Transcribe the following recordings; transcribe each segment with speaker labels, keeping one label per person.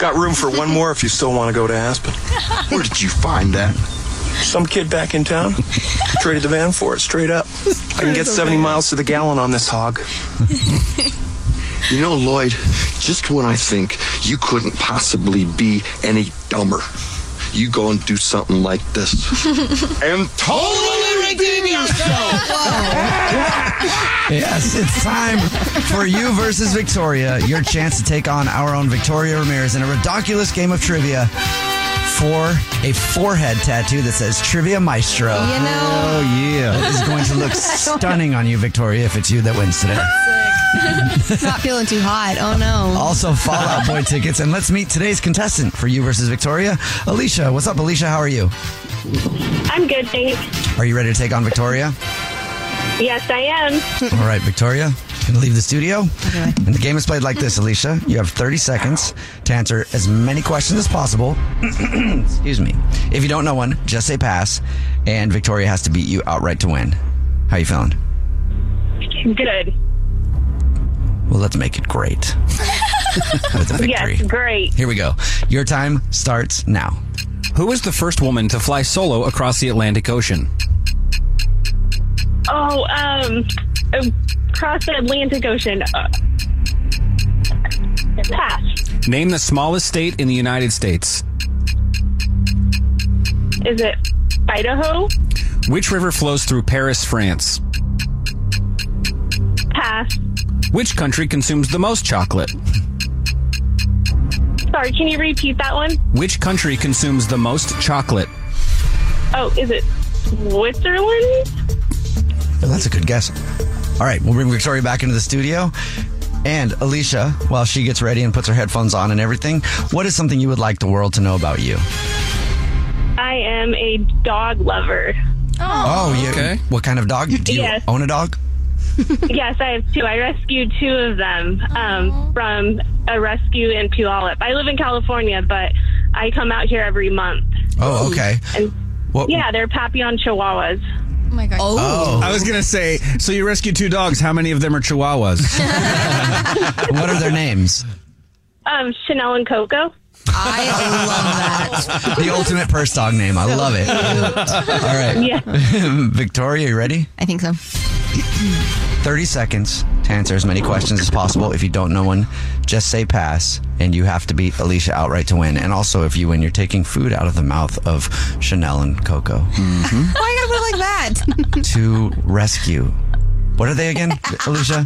Speaker 1: Got room for one more if you still want to go to Aspen.
Speaker 2: Where did you find that?
Speaker 1: Some kid back in town traded the van for it straight up. I can get 70 miles to the gallon on this hog.
Speaker 2: You know, Lloyd, just when I think you couldn't possibly be any dumber, you go and do something like this. and totally redeem yourself!
Speaker 3: Yes, it's time for you versus Victoria. Your chance to take on our own Victoria Ramirez in a ridiculous game of trivia for a forehead tattoo that says Trivia Maestro.
Speaker 4: You know,
Speaker 3: Oh, yeah. It is going to look stunning on you, Victoria, if it's you that wins today.
Speaker 4: not feeling too hot. Oh no.
Speaker 3: Also, Fallout Boy tickets. And let's meet today's contestant for you versus Victoria, Alicia. What's up, Alicia? How are you?
Speaker 5: I'm good, thanks.
Speaker 3: Are you ready to take on Victoria?
Speaker 5: Yes, I am.
Speaker 3: All right, Victoria, gonna leave the studio. And the game is played like this, Alicia. You have 30 seconds to answer as many questions as possible. Excuse me. If you don't know one, just say pass, and Victoria has to beat you outright to win. How you feeling?
Speaker 5: Good.
Speaker 3: Well, let's make it great with a victory.
Speaker 5: Yes, great.
Speaker 3: Here we go. Your time starts now.
Speaker 6: Who was the first woman to fly solo across the Atlantic Ocean?
Speaker 5: Oh, um, across the Atlantic Ocean. Uh, pass.
Speaker 6: Name the smallest state in the United States.
Speaker 5: Is it Idaho?
Speaker 6: Which river flows through Paris, France?
Speaker 5: Pass.
Speaker 6: Which country consumes the most chocolate?
Speaker 5: Sorry, can you repeat that one?
Speaker 6: Which country consumes the most chocolate?
Speaker 5: Oh, is it Switzerland?
Speaker 3: Well, that's a good guess. All right, we'll bring Victoria back into the studio. And Alicia, while she gets ready and puts her headphones on and everything, what is something you would like the world to know about you?
Speaker 5: I am a dog lover.
Speaker 3: Oh, you,
Speaker 6: Okay.
Speaker 3: What kind of dog? Do you
Speaker 5: Yes.
Speaker 3: own a dog?
Speaker 5: yes, I have two. I rescued two of them um, from a rescue in Puyallup. I live in California, but I come out here every month.
Speaker 3: Oh, okay.
Speaker 5: And
Speaker 3: What,
Speaker 5: yeah, they're Papillon Chihuahuas.
Speaker 3: Oh,
Speaker 7: I was gonna say, so you rescued two dogs. How many of them are Chihuahuas?
Speaker 3: what are their names?
Speaker 5: Um, Chanel and Coco.
Speaker 4: I love that.
Speaker 3: The ultimate purse dog name. I love it. All right.
Speaker 5: Yeah.
Speaker 3: Victoria, you ready?
Speaker 4: I think so.
Speaker 3: 30 seconds to answer as many questions as possible. If you don't know one, just say pass, and you have to beat Alicia outright to win. And also, if you win, you're taking food out of the mouth of Chanel and Coco
Speaker 4: Why you gotta put it like that?
Speaker 3: to rescue. What are they again, Alicia?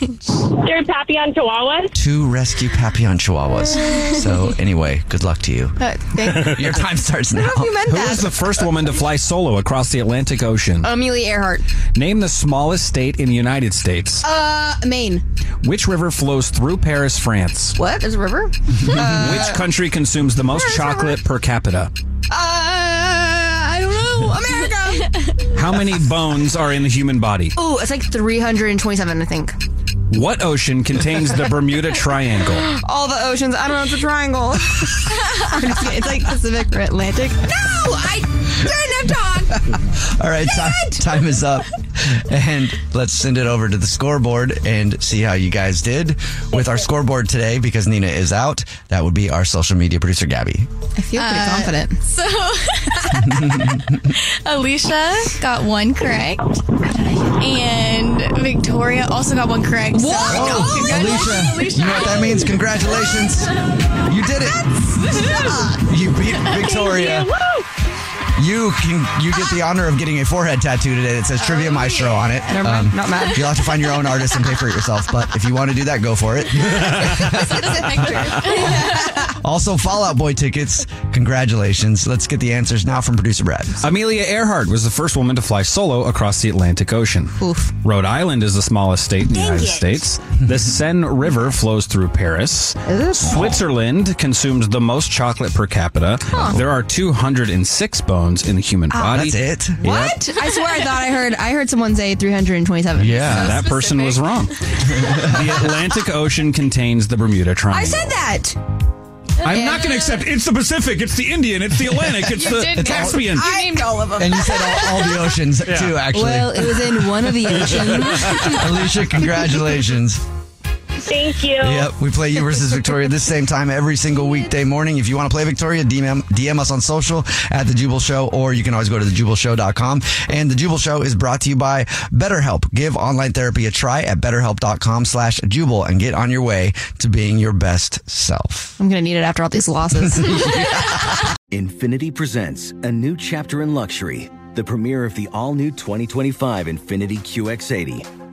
Speaker 5: They're Papillon Chihuahuas.
Speaker 3: To rescue Papillon Chihuahuas. So, anyway, good luck to you.
Speaker 4: But thank-
Speaker 3: Your time starts now.
Speaker 4: you meant
Speaker 6: Who was
Speaker 4: that.
Speaker 6: the first woman to fly solo across the Atlantic Ocean?
Speaker 4: Amelia Earhart.
Speaker 6: Name the smallest state in the United States.
Speaker 4: Uh, Maine.
Speaker 6: Which river flows through Paris, France?
Speaker 4: What? There's a river?
Speaker 6: Which country consumes the most chocolate per capita?
Speaker 4: Uh, I don't know. America.
Speaker 6: How many bones are in the human body?
Speaker 4: Ooh, it's like 327, I think.
Speaker 7: What ocean contains the Bermuda Triangle?
Speaker 4: All the oceans. I don't know. It's a triangle. I'm just kidding. it's like Pacific or Atlantic. No, I turned it on.
Speaker 3: All right, time, time is up. And let's send it over to the scoreboard and see how you guys did with our scoreboard today because Nina is out. That would be our social media producer, Gabby.
Speaker 4: I feel pretty confident.
Speaker 8: So, Alicia got one correct, and Victoria also got one correct. So-
Speaker 3: Oh,
Speaker 8: oh,
Speaker 3: Alicia, you know what that means? Congratulations. You did it. You beat Victoria. You can you get the honor of getting a forehead tattoo today that says Trivia Maestro on it. Um,
Speaker 4: Never mind, not mad.
Speaker 3: You'll have to find your own artist and pay for it yourself, but if you want to do that, go for it. also, Fallout Boy tickets. Congratulations. Let's get the answers now from producer Brad.
Speaker 7: Amelia Earhart was the first woman to fly solo across the Atlantic Ocean.
Speaker 4: Oof.
Speaker 7: Rhode Island is the smallest state in the United States. The Seine River flows through Paris. Switzerland consumes the most chocolate per capita.
Speaker 4: Huh.
Speaker 7: There are 206 bones in the human
Speaker 4: Ah,
Speaker 7: body.
Speaker 3: that's
Speaker 7: it.
Speaker 4: What? I swear I thought I heard I heard someone say 327.
Speaker 7: Yeah, that person was wrong. the Atlantic Ocean contains the Bermuda
Speaker 4: I
Speaker 7: Triangle.
Speaker 4: said that.
Speaker 7: I'm not going to accept. It's the Pacific. It's the Indian. It's the Atlantic. It's the Caspian.
Speaker 4: I named all of them.
Speaker 3: And you said all, all the oceans, too, actually.
Speaker 4: Well, it was in one of the oceans.
Speaker 3: Alicia, congratulations.
Speaker 5: Thank you.
Speaker 3: Yep, we play you versus Victoria this same time every single weekday morning. If you want to play Victoria, DM, DM us on social at The Jubal Show, or you can always go to TheJubalShow.com. And The Jubal Show is brought to you by BetterHelp. Give online therapy a try at BetterHelp.com slash Jubal and get on your way to being your best self.
Speaker 4: I'm going to need it after all these losses.
Speaker 9: Infinity presents a new chapter in luxury, the premiere of the all new 2025 Infinity QX80,